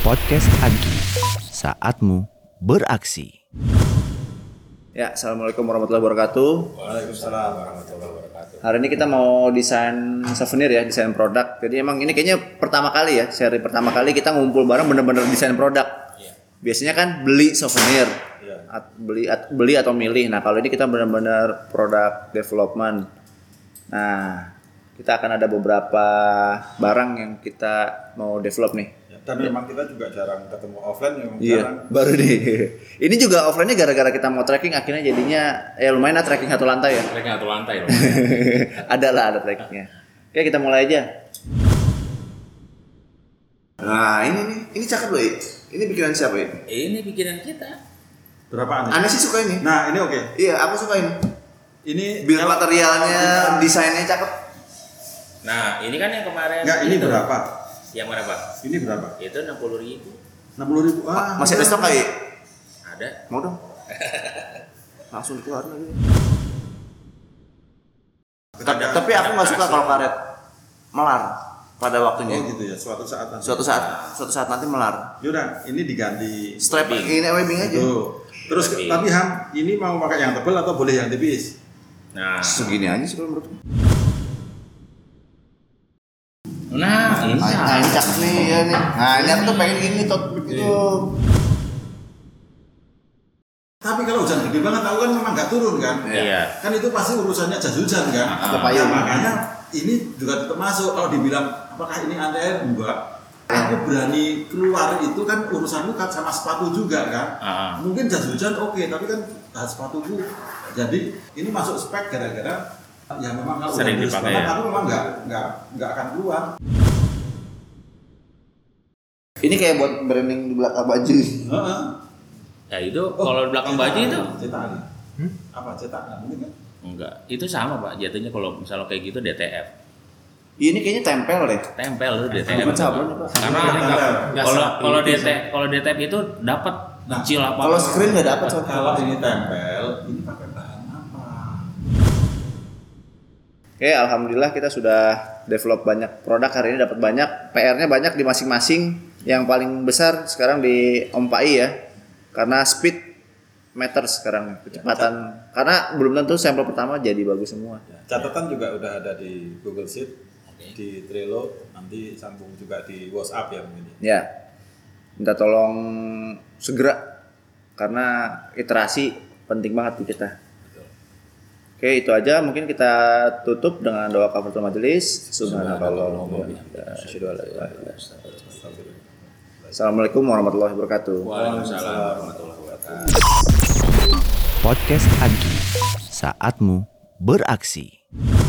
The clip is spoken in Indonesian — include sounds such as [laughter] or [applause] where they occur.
Podcast Agi, saatmu beraksi. Ya, assalamualaikum warahmatullahi wabarakatuh. Waalaikumsalam warahmatullahi wabarakatuh. Hari ini kita mau desain souvenir ya, desain produk. Jadi emang ini kayaknya pertama kali ya, seri pertama kali kita ngumpul bareng bener-bener desain produk. Iya. Biasanya kan beli souvenir, Iya. At- beli at- beli atau milih. Nah kalau ini kita bener-bener produk development. Nah kita akan ada beberapa barang yang kita mau develop nih. Dan Ya, memang kita juga jarang ketemu offline yang jarang. Iya, baru nih. [laughs] Ini juga offline-nya gara-gara kita mau trekking akhirnya jadinya ya lumayan lah trekking satu lantai ya. Mereka atau lantai loh. [laughs] ada lah ada tracknya. Oke kita mulai aja. Nah ini nih, ini cakep loh. I. Ini bikinan siapa ini? ini pikiran kita. Berapaan ini? Aneh sih suka ini. Nah, ini oke. Iya, aku suka ini. Ini Build materialnya, desainnya cakep. Nah, ini kan yang kemarin. Enggak, ini itu. berapa? Yang mana pak? Ini berapa? Itu enam puluh ribu. 60 ribu. Ah, Masih ada ya? stok kali? Ada. Mau [laughs] dong. Langsung dikeluarin lagi. Ta- Tapi aku nggak suka kalau karet melar pada Oh waktunya. gitu ya, suatu saat nanti. Suatu saat, suatu saat nanti melar. Yaudah, ini diganti. Strap Webbing. ini webbing aja. Tuh. Terus Webbing. tapi Ham, ini mau pakai yang tebal atau boleh yang tipis? Nah, Segini aja sih kalau menurutku. nah ini. Nah, ini cakep nih ya nih. Nah, ini aku tuh pengen gini tot gitu. Tapi kalau hujan gede banget, aku kan memang nggak turun kan? Iya. Ah, Kan itu pasti urusannya jas hujan kan? Atau Nah, payung. makanya ini juga tetap masuk. Kalau dibilang apakah ini anti-air? Enggak. Aku berani keluar itu kan urusanku kan sama sepatu juga kan? Ah. Mungkin jas hujan oke, tapi kan ah, sepatuku. Jadi ini masuk spek gara-gara ya memang kalau Sering hujan deras dipakai banget, ya? Aku memang nggak nggak nggak akan keluar. Ini kayak buat branding di belakang baju. Heeh. Ya itu Oh, kalau di belakang cetak. baju itu Hmm? cetak apa cetak nggak mungkin kan? enggak. Itu sama pak. Jatuhnya kalau misalnya kayak gitu DTF. Ini kayaknya tempel deh. Tempel itu DTF. Bukan sablon, Pak. Pak. Karena Sablon. enggak- Enggak kalau sablon. kalau DTF kalau DTF itu dapat Nah, kecil apa? Kalau screen nggak dapat soalnya. Kalau ini tempel, ini pakai bahan apa? Oke, alhamdulillah kita sudah develop banyak produk hari ini dapat banyak. PR-nya banyak di masing-masing. Yang paling besar sekarang di Om Pai ya. Karena speed matters sekarang kecepatan. Karena belum tentu sampel pertama jadi bagus semua. Ya, Catatan juga udah ada di Google Sheet, di Trello, nanti sambung juga di WhatsApp ya mungkin. Ya. Minta tolong segera karena iterasi penting banget di kita. Oke, itu aja mungkin kita tutup dengan doa kafaratul majelis. Subhanallahumma wa bihamdika, asyhadu an la ilaha illa anta, astaghfiruka. Assalamualaikum warahmatullahi wabarakatuh. Waalaikumsalam warahmatullahi wabarakatuh. Podcast Agi, saatmu beraksi.